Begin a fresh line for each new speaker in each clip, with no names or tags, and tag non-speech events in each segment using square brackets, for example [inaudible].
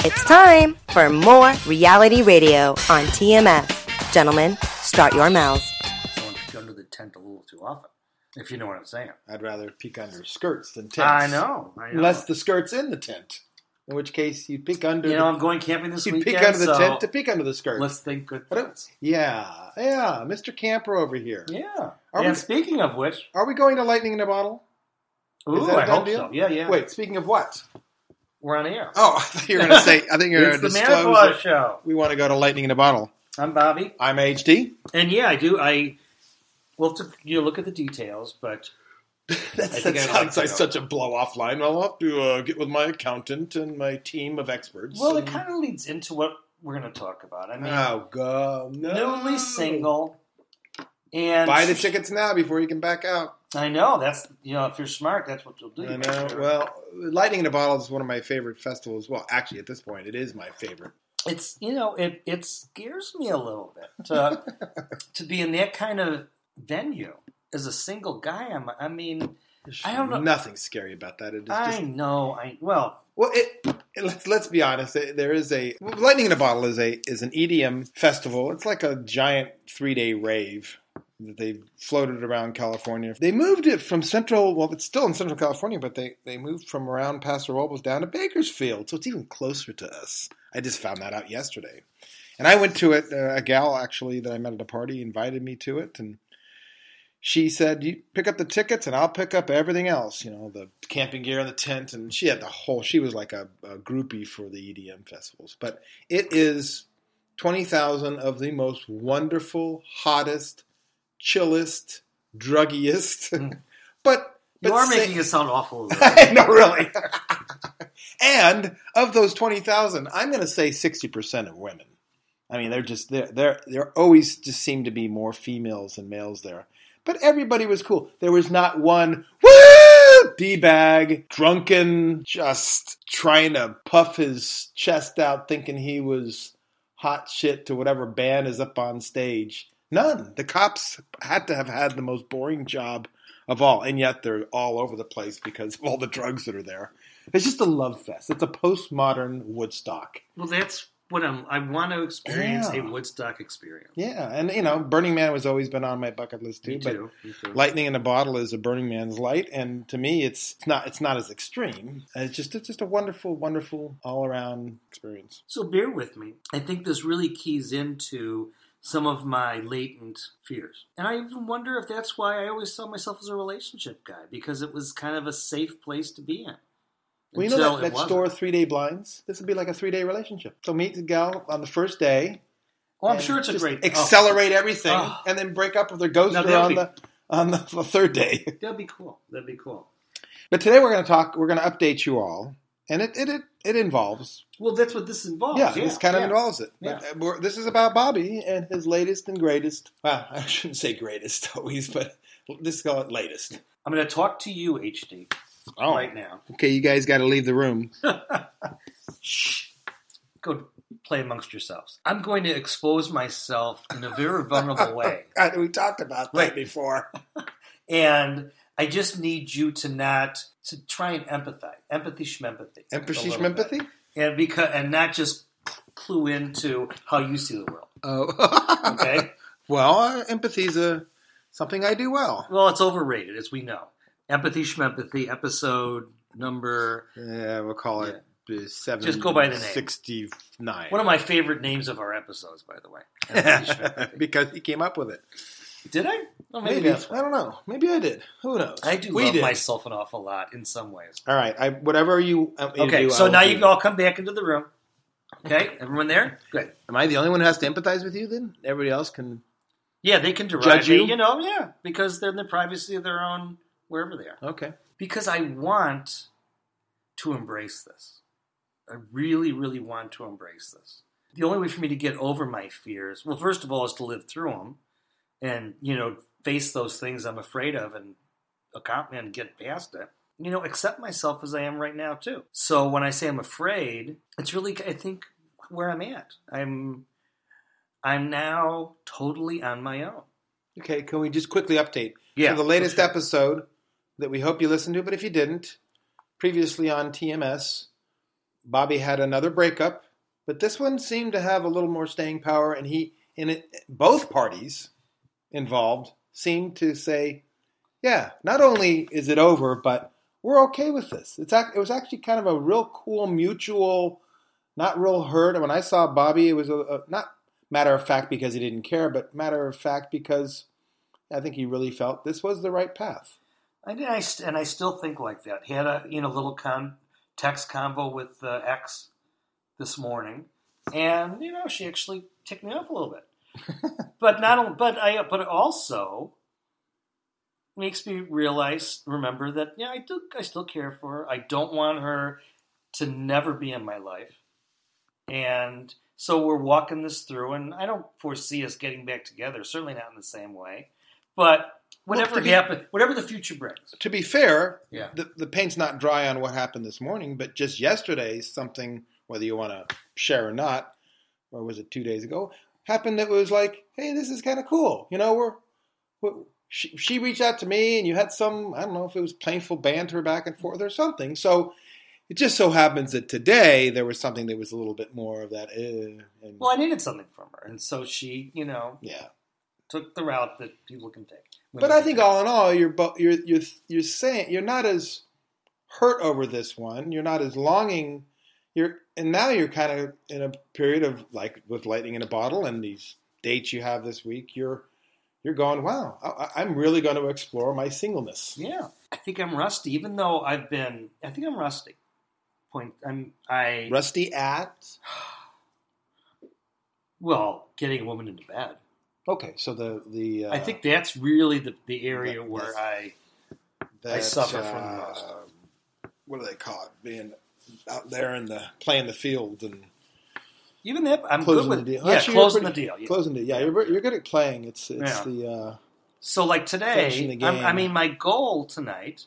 It's time for more reality radio on TMS. Gentlemen, start your mouths.
Someone could go to the tent a little too often, if you know what I'm saying.
I'd rather peek under skirts than tents.
I know. I know.
Unless the skirt's in the tent, in which case you peek under.
you know, I'm
the,
going camping this
you
weekend.
peek under the
so
tent to peek under the skirt.
Let's think good
I don't-
thoughts.
yeah, yeah, Mr. Camper over here.
Yeah.
Are
and
we-
speaking of which,
Are we going to lightning in a bottle?
ooh,
that a
I
done
hope
deal?
so. Yeah, yeah.
Wait, speaking
[laughs]
of what?
we're on air.
Oh, I thought you were going to say. I think you were going
it's
to
the
disclose.
Manipaw
that
Show.
We want to go to lightning in a bottle.
I'm Bobby,
I'm [laughs] HD.
and yeah, I do. I well, to, you look at the details, but
That,
I think I'd like to
sounds like
know.
such a blow off line. I'll have to uh, get with my accountant and my team of experts.
well, it
and-
kind of leads into what we're going to talk about. I mean,
Oh, go. No.
newly single, and
Buy the tickets now before you can back out.
I know that's you know if you're smart, that's what you'll do.
I know. Well, Lightning in a Bottle is one of my favorite festivals. Well, actually, at this point, it is my favorite.
it's you know it it scares me a little bit [laughs] to to be in that kind of venue as a single guy. I'm, I mean, I don't know.
Nothing scary about that. It is
I
just
know. I well,
Well, it, it- let's let's be honest. eh, There is a Lightning in a Bottle is a is an EDM festival. It's like a giant three day rave that they floated around California. They moved it from central. Well, it's still in central California, but they they moved from around Paso Robles down to Bakersfield, so it's even closer to us. I just found that out yesterday, and I went to it. Uh, a gal actually that I met at a party invited me to it, and she said, "You pick up the tickets, and I'll pick up everything else. You know, the camping gear and the tent." And she had the whole. She was like a, a groupie for the EDM festivals. But it is twenty thousand of the most wonderful, hottest, chillest, druggiest.
Mm.
[laughs] but but
you are
sa-
making it sound awful. though.
[laughs] no, really. and of those twenty thousand, I'm going to say sixty percent of women. I mean, they're just there. There, there always just seem to be more females than males there. But everybody was cool. There was not one woo d bag drunken, just trying to puff his chest out, thinking he was hot shit to whatever band is up on stage. None. The cops had to have had the most boring job of all, and yet they're all over the place because of all the drugs that are there. It's just a love fest. It's a postmodern Woodstock.
[laughs] well, that's what I'm. I want to experience
Yeah.
a Woodstock experience.
Yeah, and you know, Burning Man has always been on my bucket list too.
Me
but
too. Me too.
Lightning in a Bottle is a Burning Man's light, and to me, it's it's not it's not as extreme. And It's just it's just a wonderful, wonderful all around experience.
So bear with me. I think this really keys into some of my latent fears. And I even wonder if that's why I always saw myself as a relationship guy, because it was kind of a safe place to be in.
Well, you know
Until
that,
it
that
wasn't.
store, Three Day Blinds. This would be like a three day relationship. So meet the gal on the first day.
Oh, I'm
and
sure it's a
just
great.
accelerate everything,
Oh.
and then break up with her ghost
Now
her
that'd
on
be-
the on the, the third day. [laughs]
Oh, that'd be cool. That'd be cool.
But today we're going to talk. We're going to update you all, and it it it, it involves
Well, that's what this involves.
yeah, this kind of
Oh, yeah.
involves it.
Yeah.
But uh, we're, this is about Bobby and his latest and greatest. Well, [laughs] I shouldn't say greatest always, but let's call it latest.
I'm going to talk to you, HD,
Oh,
right now.
okay. You guys got to leave the room.
Shh. Go play amongst yourselves. I'm going to expose myself in a very vulnerable way.
[laughs] God, we talked about that
Right. [laughs]
before.
and I just need you to not to try and empathize, empathy, schmempathy,
Empathy,
A little bit.
empathy.
and because and not just clue into how you see the world.
Oh, [laughs]
Okay, [laughs]
well, uh, empathy's a something I do well.
well, it's overrated as we know. Empathy, schmempathy, episode number.
Yeah, we'll call it uh, seven.
Just go by the name.
Sixty-nine. [laughs]
One of my favorite names of our episodes, by [laughs] the way. Empathy, schmempathy.
because he came up with it.
Did I? Well, maybe,
Maybe,
that's why.
I don't know. Maybe I did. Who knows?
I do
We
love
did.
myself an awful lot in some ways.
All right. I, whatever you. want me to
Okay,
do, I
so
will
now
do.
you can all come back into the room. Okay, everyone there? Good.
Am I the only one who has to empathize with you? Then everybody else can.
Yeah, they can derive
Judge
me,
you?
know, yeah, because they're in the privacy of their own wherever they are.
Okay.
Because I want to embrace this. I really, really want to embrace this. The only way for me to get over my fears, well, first of all, is to live through them and, you know, face those things I'm afraid of and account and get past it. You know, accept myself as I am right now, too. So when I say I'm afraid, it's really, I think, where I'm at. I'm. I'm now totally on my own.
Okay. Can we just quickly update?
Yeah,
So the latest
for sure.
episode that we hope you listened to, but if you didn't, previously on TMS, Bobby had another breakup, but this one seemed to have a little more staying power, and he and it, both parties involved seemed to say, "Yeah, not only is it over, but we're okay with this." It's ac- it was actually kind of a real cool mutual, not real hurt. And when I saw Bobby, it was a, a not matter of fact because he didn't care, but matter of fact because I think he really felt this was the right path.
I did, I st- and I still think like that. He had a you know little con- text convo with uh, X this morning, and you know she actually ticked me off a little bit.
[laughs]
but not only, but I but it also makes me realize remember that yeah I do I still care for her. I don't want her to never be in my life, and so we're walking this through, and I don't foresee us getting back together. Certainly not in the same way, but. Whatever
to be-
happens, whatever the future brings.
To be fair,
Yeah.
the, the paint's not dry on what happened this morning, but just yesterday, something, whether you want to share or not, or was it two days ago, happened that was like, hey, this is kind of cool. You know, we're, we she, she reached out to me and you had some, I don't know if it was painful banter back and forth or something. So it just so happens that today there was something that was a little bit more of that. eh, and,
Well, I needed something from her, and so she, you know,
yeah.
took the route that people can take.
But I think all in all, you're bo- you're you're you're saying you're not as hurt over this one. You're not as longing. You're and now you're kind of in a period of like with lightning in a bottle and these dates you have this week. You're you're going, wow, I, I- I'm really going to explore my singleness.
yeah, I think I'm rusty, even though I've been. I think I'm rusty. Point. I'm. I
Rusty at
well, getting a woman into bed.
okay, so the the uh,
I think that's really the the area
That-
where
that's-
I.
that, uh,
I suffer from the most.
What do they call it? Being out there in the playing the field and
Even that, I'm
closing
good
the
with
deal.
yeah,
Actually, you're
closing
pretty-
the deal. yeah.
closing the yeah. You're, you're good at playing. It's it's
Yeah.
the uh,
So like
Finishing the
today,
game.
I'm, I mean, my goal tonight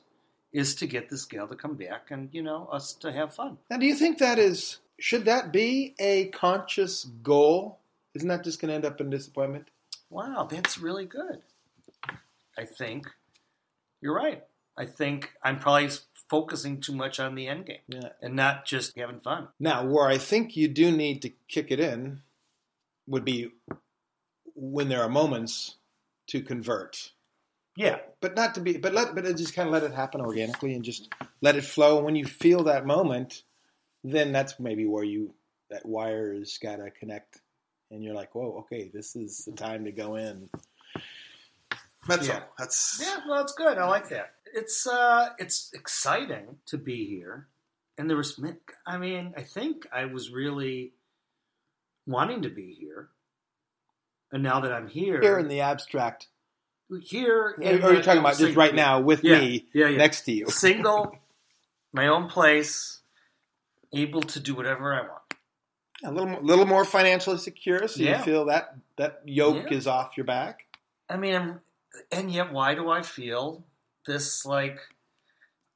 is to get this gal to come back and you know us to have fun.
Now, do you think that is should that be a conscious goal? Isn't that just going to end up in disappointment?
Wow, that's really good. I think you're right. I think I'm probably s- focusing too much on the end game
Yeah.
and not just having fun.
Now, where I think you do need to kick it in would be when there are moments to convert,
Yeah,
but not to be, but let, but just kind of let it happen organically and just let it flow. And when you feel that moment, then that's maybe where you that wire's got to connect, and you're like, whoa, okay, this is the time to go in. That's
Yeah.
all. That's
yeah. Well, that's good. I like that. It's uh, it's exciting to be here, and there was. mi- I mean, I think I was really wanting to be here, and now that I'm here,
here in the abstract.
here,
Or
in
are you
the-
talking about just right now with
Yeah,
me
yeah, yeah.
next to you?
single, my own place, able to do whatever I want.
A little, more, little more financially secure, so
Yeah.
you feel that that yoke
Yeah.
is off your back.
I mean, I'm, and yet, why do I feel this like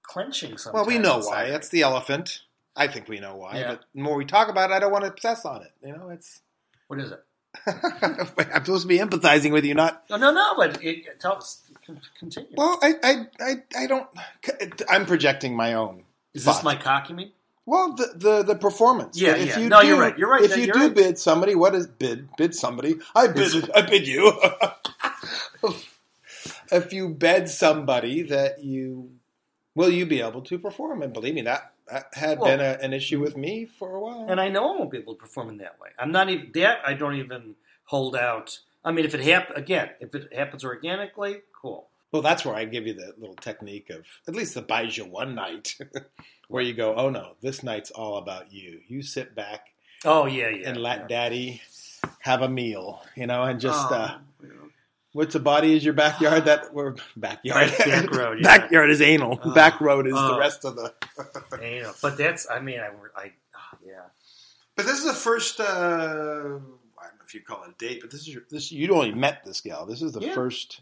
clenching? Sometimes
well, we know
inside
why.
me?
That's the elephant. I think we know why.
Yeah.
But the more we talk about it, I don't want to obsess on it. You know, it's. [laughs]
what is it?
I'm supposed to be empathizing with you, not.
No, no, no. But it, it tell us. con- Continue.
Well, I, I, I, I don't. I'm projecting my own.
is this
thought.
my cock? You mean?
Well, the the, the performance.
Yeah,
if
yeah.
You
No,
do,
you're right. You're right.
If
That-
you
you're
do
right.
bid somebody, what is bid? Bid somebody. I bid. I bid you. [laughs] if you bed somebody, that you will you be able to perform? And believe me, that, that had
Well-
been a, an issue with me for a while.
And I know I won't be able to perform in that way. I'm not even that. I don't even hold out. I mean, if it happens again, if it happens organically, cool.
well, that's where I give you the little technique of at least the buys you one night, [laughs] where you go, oh no, this night's all about you. You sit back
Oh yeah, yeah.
and
yeah.
let daddy have a meal, you know, and just.
Oh,
Uh,
yeah.
What's a body is your backyard? That or backyard.
Back road, yeah.
Backyard is anal.
Oh.
back road is the
Oh.
rest of the.
And, you know, Oh, but that's. I mean, I. I ah, yeah.
But this is the first. Uh, I don't know if you call it a date, but this is your. This you only met this gal. This is the
Yeah.
first,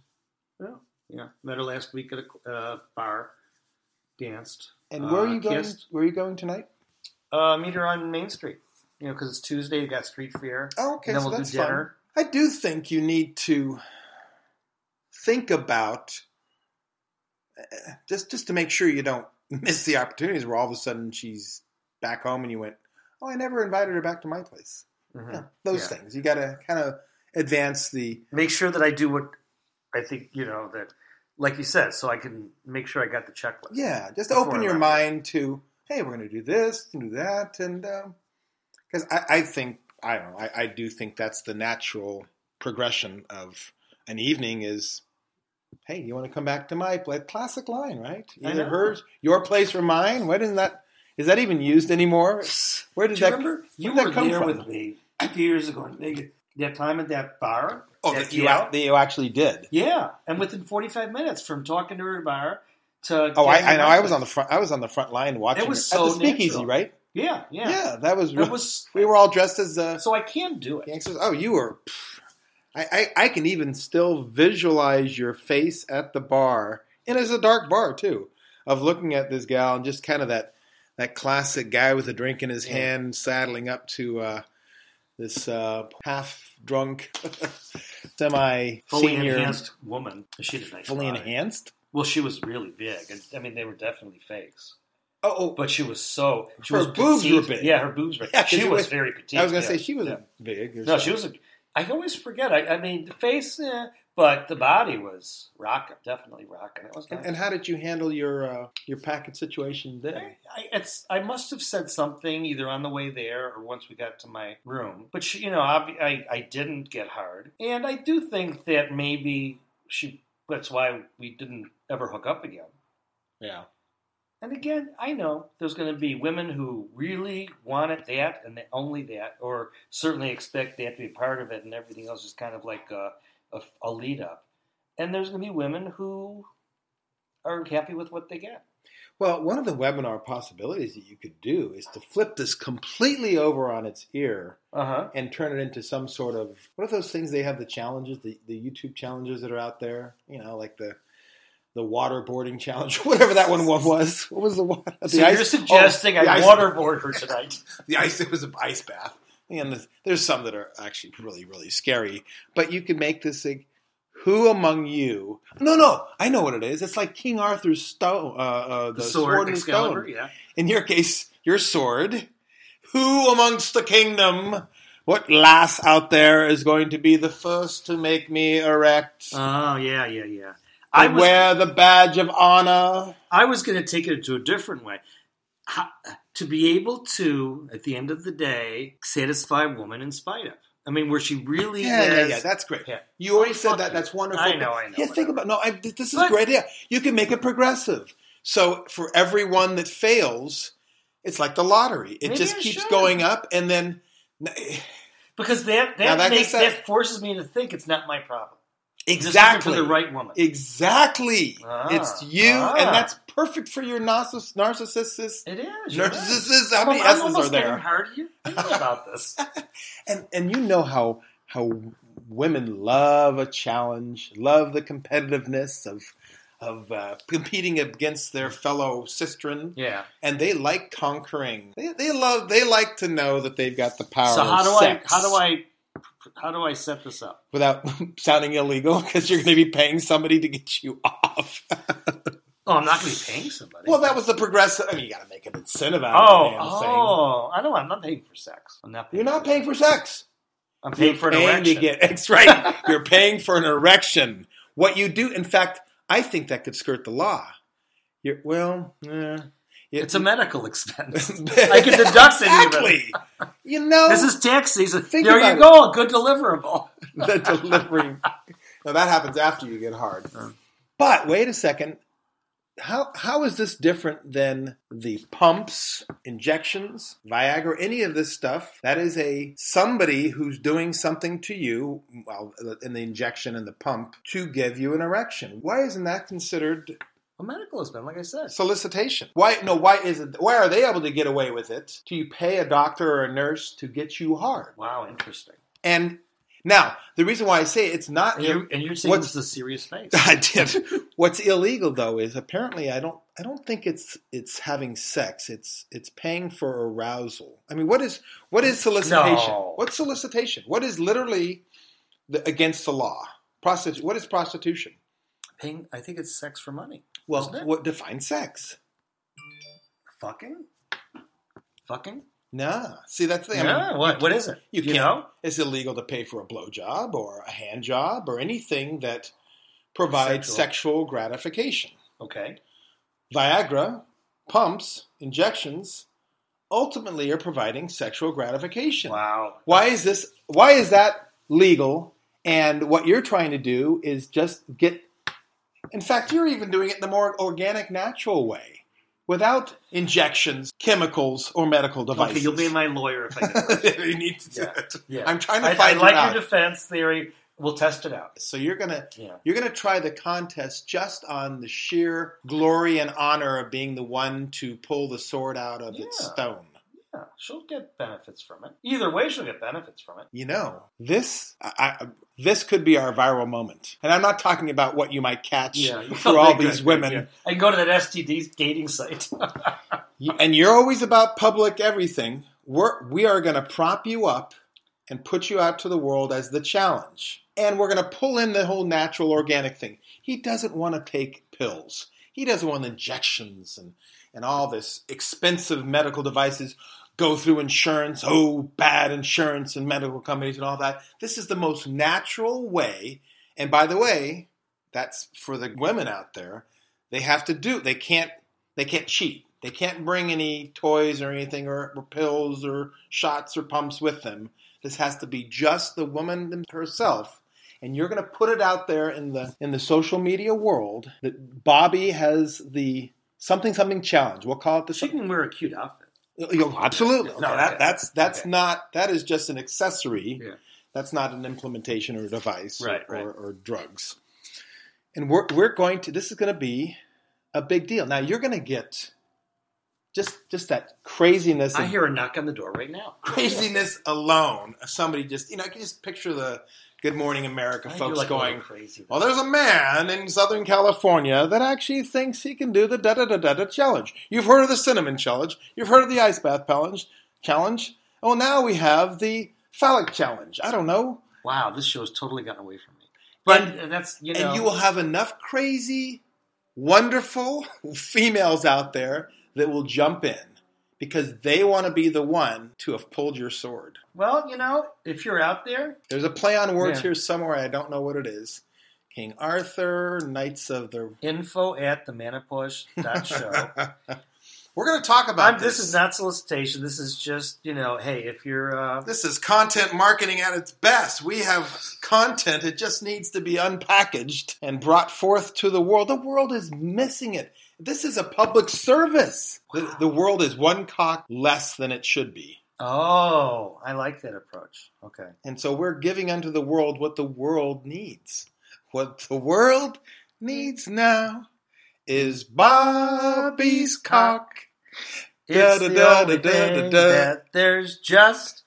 Yeah, met her last week at a uh, bar, danced.
and where are
uh,
you going?
kissed.
Where are you going tonight?
Uh, meet her on Main Street. You know, because it's Tuesday. You got street fair.
Oh, okay,
and then
so
we'll
that's
do dinner.
fun. I do think you need to think about [laughs] uh, just just to make sure you don't miss the opportunities where all of a sudden she's back home and you went, oh, I never invited her back to my place.
Mhm.
Yeah, those
Yeah.
things. You got to kind of advance the.
Make sure that I do what I think, you know, that, like you said, so I can make sure I got the checklist.
Yeah, just
Before
open
I
your
left.
mind to, hey, we're going to do this, do that. And because I, I think, I don't know, I, I do think that's the natural progression of an evening is. Hey, you want to come back to my place? Classic line, right?
I
Either
know.
hers, your place, or mine. What is that? Is that even used anymore? Where did
Do you
that?
remember? You
where'd that
were
come
there
from?
with me a few years ago in Vegas. That time at that bar.
Oh,
that
that you,
DL?
out, that you actually did.
Yeah, and within 45 minutes from talking to her at a bar to
Oh,
getting
I, I
her
know. I was on the
breakfast.
front. I was on the front line watching
It was
her- at the
so
speakeasy,
natural.
right?
Yeah, yeah.
Yeah, that was. Really,
It was
we were all dressed as uh,
so I can do it.
gangsters. Oh, you were. pff. I, I I can even still visualize your face at the bar, and it's a dark bar too. Of looking at this gal and just kind of that that classic guy with a drink in his
Yeah.
hand, saddling up to uh, this uh, half drunk [laughs] semi
Fully
senior,
enhanced woman. She did a nice
fully
body.
enhanced.
Well, she was really big. and- I mean, they were definitely fakes.
Oh, oh,
But she was so she
Her
was
boobs were
petite.
big.
Yeah, her boobs were.
Yeah, 'cause
she
she
was
was-
very petite.
I was gonna
yeah.
say she was
Yeah.
big. Or
No,
something.
she was. A, I always forget. I, I mean, the face, eh, but the body was rocking. Definitely rocking. It was.
And,
nice.
and how did you handle your uh, your packet situation
I,
then?
I- it's, I must have said something either on the way there or once we got to my room. But she, you know, ob- I, I didn't get hard, and I do think that maybe she. That's why we didn't ever hook up again.
Yeah,
And again, I know there's going to be women who really wanted that and only that, or certainly expect that to be part of it, and everything else is kind of like a, a, a lead up. And there's going to be women who are happy with what they get.
Well, one of the webinar possibilities that you could do is to flip this completely over on its ear
Uh huh.
and turn it into some sort of what are those things they have the challenges, the, the YouTube challenges that are out there? You know, like the the waterboarding challenge, [laughs] whatever that one was. What was the water?
So
the
you're
ice-
suggesting
oh, the
I
ice-
waterboard her tonight?
the ice it was an ice bath and the, there's some that are actually really really scary but you could make this thing who among you no no i know what it is it's like king arthur's stone uh, uh, the, sword, and
Excalibur,
stone
yeah.
in your case your sword who amongst the kingdom what lass out there is going to be the first to make me erect
Oh yeah, yeah, yeah. I
I
was,
wear the badge of honor
I was going to take it to a different way. How, to be able to, at the end of the day, satisfy a woman in spite of. I mean, where she really
Yeah, yeah,
is.
yeah, that's great.
Yeah.
You already said
fuck
that.
you.
That's wonderful.
I know, I know,
Yeah, think
whatever.
about no. I, th- this is
But-
a great idea. You can make it progressive. So for everyone that fails, it's like the lottery. It
Maybe
just
I
keeps
should.
going up, and then
because that
Now,
that,
like I
makes,
said-
that forces me to think it's not my problem. Just looking
exactly
for the right woman.
Exactly.
Ah,
it's you, and
ah.
that's perfect for your narciss- narcissist.
it is. you're right.
Narcissists. How
I'm,
many
I'm
S's
almost
are there?
getting hard here thinking about
[laughs]
this.
and and you know how how women love a challenge, love the competitiveness of of uh, competing against their fellow sistren,
Yeah.
and they like conquering. They, they love they like to know that they've got the power.
So how
of
do
sex
I how do I how do I set this up?
without [laughs] sounding illegal because you're going to be paying somebody to get you [laughs] off?
Oh, I'm not going to be paying somebody.
well, that was the progressive. I mean, you got to make an incentive out
Oh,
of the damn thing.
oh! I know. I'm not paying for sex. I'm not. Paying
You're not
for sex.
paying for sex.
I'm paying
You're
for an
paying
erection.
To get, [laughs]
[laughs]
that's right. You're paying for an erection. What you do, in fact, I think that could skirt the law. You're, well, eh, it-
It's a medical
[laughs]
expense. I can deduct it even.
exactly. You know,
this is tax season.
Think
there
about
you
it.
go. A good deliverable.
[laughs] the delivering. Now that happens after you get hard.
Mm.
But wait a second. How how is this different than the pumps, injections, Viagra, any of this stuff? That is a somebody who's doing something to you, well, in the injection and the pump to give you an erection. Why isn't that considered
A medical expense, like I said.
solicitation. Why no? Why is it? Why are they able to get away with it? Do you pay a doctor or a nurse to get you hard?
Wow, interesting.
And now the reason why I say it's not.
And you're, and you're saying
What's-
this is a serious
[laughs]
face.
I did. What's illegal though is apparently I don't. I don't think it's it's having sex. It's it's paying for arousal. I mean, what is what is solicitation?
No.
What's solicitation? What is literally the, against the law? Prostitu- what is prostitution?
Paying, I think it's sex for money.
Well,
Isn't it?
what defines sex?
Fucking? Fucking?
Nah. See, that's the thing. I mean,
Yeah, what, what is it?
you
You,
can't-
know?
it's illegal to pay for a blowjob or a hand job or anything that provides
Sexual.
sexual gratification.
Okay.
Viagra, pumps, injections, ultimately are providing sexual gratification.
Wow.
Why is this? Why is that legal? And what you're trying to do is just get. In fact, you're even doing it the more organic, natural way, without injections, chemicals, or medical devices.
Okay, you'll be my lawyer if I do.
[laughs] you need to do
Yeah.
it.
Yeah.
I'm trying to
I, I
find
like
it out.
your defense theory. We'll test it out.
so you're gonna
Yeah.
you're gonna try the contest just on the sheer glory and honor of being the one to pull the sword out of its
Yeah.
stone.
Yeah, she'll get benefits from it. Either way, she'll get benefits from it.
You know this I, I, this could be our viral moment, and I'm not talking about what you might
[laughs]
catch
you
for all these women.
I can go to that STD dating site. [laughs]
You- and you're always about public everything. We're, we are going to prop you up and put you out to the world as the challenge. And we're going to pull in the whole natural organic thing. He doesn't want to take pills, he doesn't want injections and, and all this expensive medical devices go through insurance. Oh, bad insurance and medical companies and all that. This is the most natural way. And by the way, that's for the women out there. They have to do, they can't they can't cheat. They can't bring any toys or anything or, or pills or shots or pumps with them. This has to be just the woman herself. And you're going to put it out there in the in the social media world that Bobby has the something something challenge. We'll call it the
she
something.
can wear a cute outfit.
You- absolutely.
Okay,
no, that,
okay.
that's that's
Okay.
not that is just an accessory.
Yeah.
That's not an implementation or device
Right,
or,
right.
Or, or drugs. And we're we're going to this is going to be a big deal. Now you're going to get just just that craziness.
I
and-
hear a knock on the door right
[laughs]
now.
craziness alone. Somebody just you know I can just picture the Good Morning America
I do
folks
like a little
going.
crazy.
Well, there's a man in Southern California that actually thinks he can do the da da da da da challenge. You've heard of the cinnamon challenge. You've heard of the ice bath challenge. Challenge. Well, now we have the phallic challenge. I don't know.
wow, this show's totally gotten away from me. But and that's you know
And you will have enough crazy, wonderful [laughs] females out there that will jump in because they want to be the one to have pulled your sword.
well you know if you're out there
There's a play on words
Yeah.
here somewhere. I don't know what it is. King Arthur, Knights of the.
info at the manipush dot
[laughs]
show.
We're going to talk about
I'm,
this.
this is not solicitation. This is just you know hey if you're uh,
This is content marketing at its best. We have content. It just needs to be unpackaged and brought forth to the world. The world is missing it. This is a public service. The, the world is one cock less than it should be.
oh I like that approach. Okay.
And so we're giving unto the world what the world needs. What the world needs now is Bobby's cock. [laughs]
It's
Da, da,
the
da,
only
da, da,
thing
da.
that there's just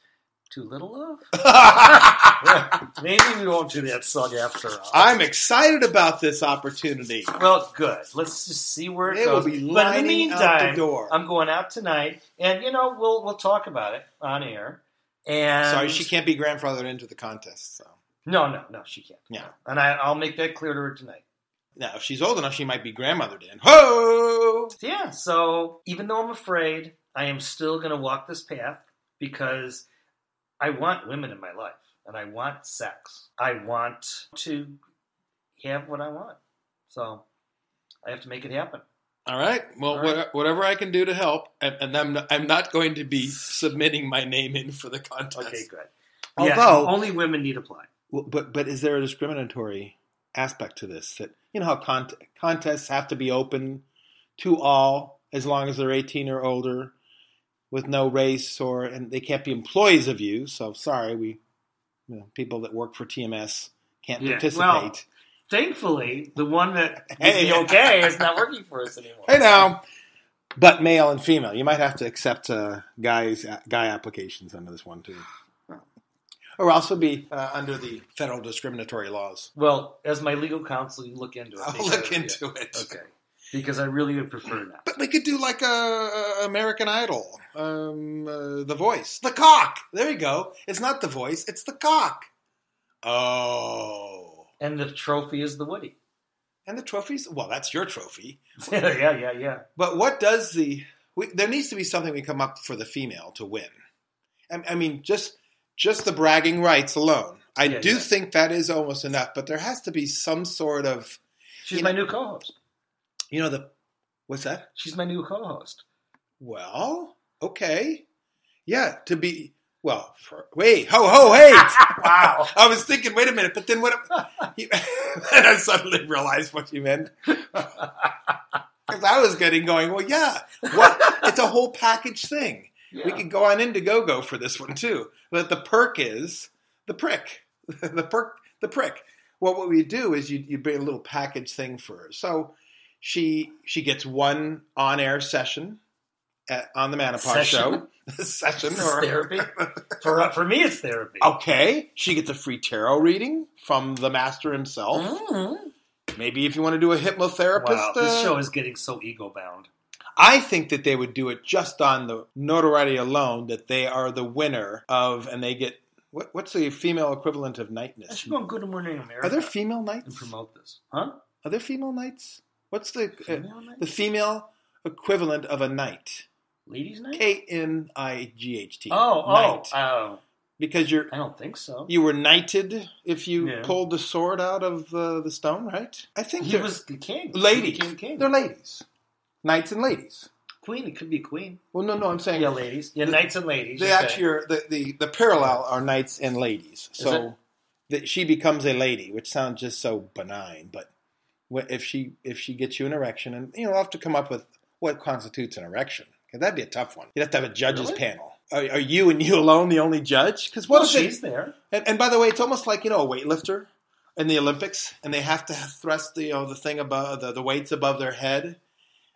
too little of.
[laughs]
Maybe we won't do that song after all.
I'm excited about this opportunity.
well, good. Let's just see where it,
They will
goes.
be
but in the
lining
meantime,
out the door.
I'm going out tonight, and you know we'll we'll talk about it on air. And
Sorry, she can't be grandfathered into the contest. So
No, no, no, she can't.
Yeah.
and I, I'll make that clear to her tonight.
now, if she's old enough, she might be grandmothered in. Ho!
Yeah, so even though I'm afraid, I am still going to walk this path because I want women in my life and I want sex. I want to have what I want. So I have to make it happen.
All right. Well,
All right.
what- whatever I can do to help, and, and I'm not, I'm not going to be submitting my name in for the contest.
Okay, good.
Although,
yeah, only women need apply.
Well, but but is there a discriminatory aspect to this? That you know how con- contests have to be open to all as long as they're eighteen or older, with no race or and they can't be employees of you. So sorry, we you know, people that work for TMS can't
Yeah,
participate.
well- Thankfully, the one that would
Hey.
be okay is not working for us anymore.
hey now, but male and female, you might have to accept uh, guys guy applications under this one too. Or also be uh, under the federal discriminatory laws.
Well, as my legal counsel, you look into it.
I'll
because-
look
yeah,
into it.
Okay, because I really would prefer not.
But we could do like a, a American Idol, um, uh, The Voice, The Cock. There you go. It's not The Voice, it's The Cock. Oh,
And the trophy is the Woody. [laughs]
and the trophies? Well, that's your trophy.
yeah, yeah, yeah.
But what does the we, there needs to be something we come up for the female to win. I, I mean, just just the bragging rights alone. I
Yeah,
do
yeah.
think that is almost enough, but there has to be some sort of
She's
You
my new co-host.
you know the what's that?
She's my new co-host.
Well, okay, yeah, to be well. For, wait, ho ho, hey!
[laughs] Wow.
[laughs] I was thinking, wait a minute, but then what? [laughs] He, and I suddenly realized what you
[laughs]
meant. Because I was getting going, well, yeah, what? it's a whole package thing. We
Yeah.
could go on Indiegogo for this one too. But the perk is the prick, [laughs] the perk, the prick. Well, what we do is you you bring a little package thing for her. So she she gets one on air session at, on the Manipod
Session?
show [laughs] session
This is
or
[laughs] therapy. For for me, it's therapy.
Okay, she gets a free tarot reading from the master himself.
Mm.
Maybe if you want to do a hypnotherapist,
Wow, this
uh,
show is getting so ego bound.
I think that they would do it just on the notoriety alone that they are the winner of, and they get what, what's the female equivalent of
I
knightness?
should go on Good Morning America
Are there female
and
knights?
promote this, huh?
Are there female knights? What's the uh,
Female night?
the female equivalent of a knight?
Ladies' night?
K N I G H T.
oh, oh,
Knight.
oh,
because you're
I don't think so.
you were knighted if you
Yeah.
pulled the sword out of uh, the stone, right? I think
he
they're-
was the king. He
ladies.
became king.
They're ladies, knights and ladies.
Queen. It could be queen.
Well, no, no, I'm saying
Yeah, ladies. Yeah,
The-
knights and ladies.
they
okay.
actually are, the, the the parallel are knights and ladies.
it?
So that she becomes a lady, which sounds just so benign, but wh- if she if she gets you an erection, and you know, I'll have to come up with what constitutes an erection. 'Cause that'd be a tough one. You'd have to have a judges
Really?
panel. Are, are you and you alone the only judge? Because what
Well,
if it-
she's there.
and, and by the way, it's almost like you know a weightlifter in the Olympics, and they have to thrust the you know, the thing above the, the weights above their head,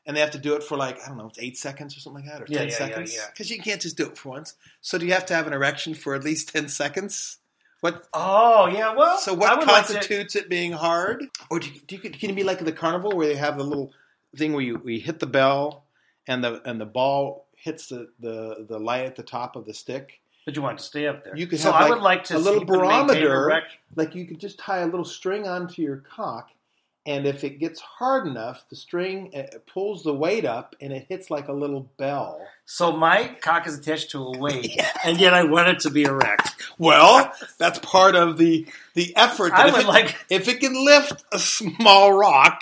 and they have to do it for like I don't know, it's eight seconds or something like that, or
Yeah,
ten
yeah, yeah,
seconds,
yeah.
because you can't just do it for once. So do you have to have an erection for at least ten seconds? What?
Oh, yeah. Well,
So
I
what
would like to-
constitutes it being hard? Or do you, do you, can it be like the carnival where they have the little thing where you we hit the bell and the and the ball hits the, the, the light at the top of the stick?
but you want to stay up there.
You could
so
have,
I
like,
would like to
a little
see them maintain
barometer.
erect-
like you could just tie a little string onto your cock and if it gets hard enough the string uh, pulls the weight up and it hits like a little bell
So my cock is attached to a
[laughs]
weight, and yet I want it to be erect.
well that's part of the the effort
I
if
would
it,
like.
if it can lift a small rock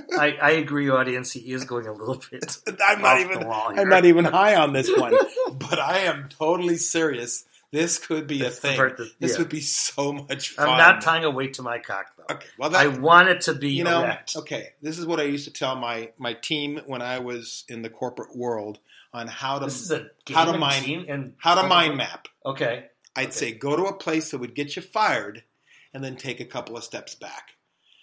[laughs] I, I agree, audience. He is going a little bit.
[laughs] i'm not
off
even
The wall here.
i'm not even high on this one [laughs] but i am totally serious this could be
That's
a
the
thing
part that-
this
yeah.
would be so much fun
I'm not tying a weight to my cock though.
okay well that,
I want it to be
you know
erect.
okay this is what i used to tell my my team when i was in the corporate world on how to
This is a game
How to
and
mind-
team and
how to mind map
Okay,
i'd
Okay.
say go to a place that would get you fired and then take a couple of steps back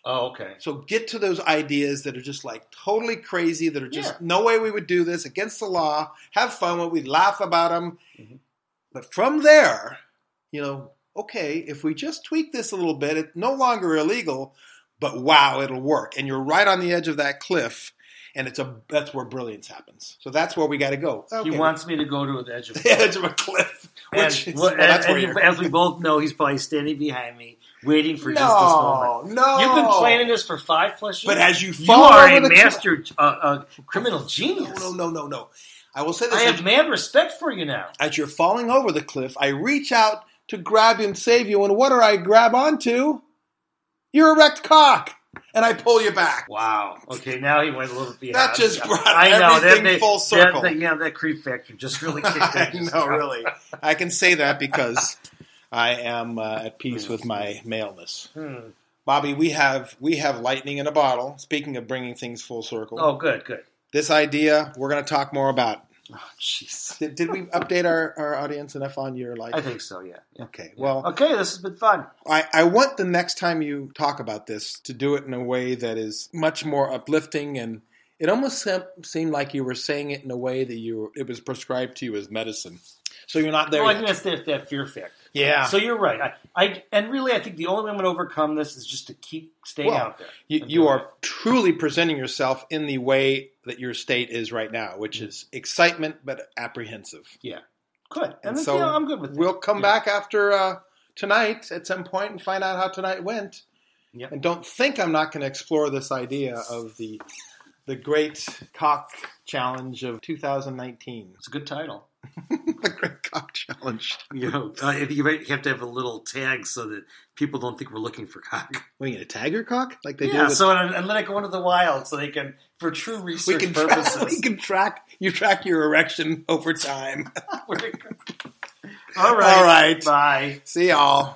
oh okay,
so get to those ideas that are just like totally crazy that are just
Yeah.
no way we would do this against the law have fun with we laugh about them
Mhm.
but from there you know okay if we just tweak this a little bit it's no longer illegal but wow it'll work and you're right on the edge of that cliff and it's a that's where brilliance happens so that's where we got to go okay.
he wants me to go to the edge of.
[laughs] the edge of a cliff which
and,
is,
well,
well, that's
and-
where
and
you're
as we both know, he's probably standing behind me, waiting for just this moment.
no no
You've been planning this for five plus years.
but as you
you
fall
are
over
a
the cliff-
master uh, uh, criminal genius.
No, no, no, no, no. I will say this.
I
as,
have mad respect for you now.
as you're falling over the cliff, I reach out to grab you and save you, and what do I grab onto? Your erect cock. And I pull you back.
Wow. Okay, now he went a little beyond.
That just brought everything
made-
full circle.
That, that- yeah, that creep factor just really
[laughs]
kicked
[laughs] I
in. just now.
know, really. I can say that because I am uh, at peace with my maleness.
Hmm.
Bobby, we have we have lightning in a bottle. Speaking of bringing things full circle,
Oh, good, good.
this idea we're going to talk more about.
Oh, jeez.
Did, did we update our, our audience enough on your life?
I think so. Yeah. yeah.
Okay. Well,
Okay, this has been fun.
I, I want the next time you talk about this to do it in a way that is much more uplifting and it almost sem- seemed like you were saying it in a way that you it was prescribed to you as medicine. So you're not there
well, I think
yet.
that's that, that fear factor.
Yeah.
So you're right. I, I and really, I think the only way I'm going to overcome this is just to keep staying
Well,
out there.
you,
I'm
you
doing
are truly presenting yourself in the way that your state is right now, which
Mm-hmm.
is excitement but apprehensive.
Good. And,
And
then,
so
you know, I'm good with it.
We'll come
Yeah.
back after uh, tonight at some point and find out how tonight went.
Yep.
And don't think I'm not going to explore this idea of the the Great Cock Challenge of [laughs] 2019.
It's a good title.
the Great Cock Challenge.
[laughs] You know, uh, you might have to have a little tag so that people don't think we're looking for cock.
What, you gonna tag your cock like [laughs] they do?
Yeah,
with-
so and, and let it go into the wild so they can, for true
we
research
can
purposes.
track. [laughs] We can track. You track your erection over time.
All right.
All right.
Bye.
[laughs] See y'all.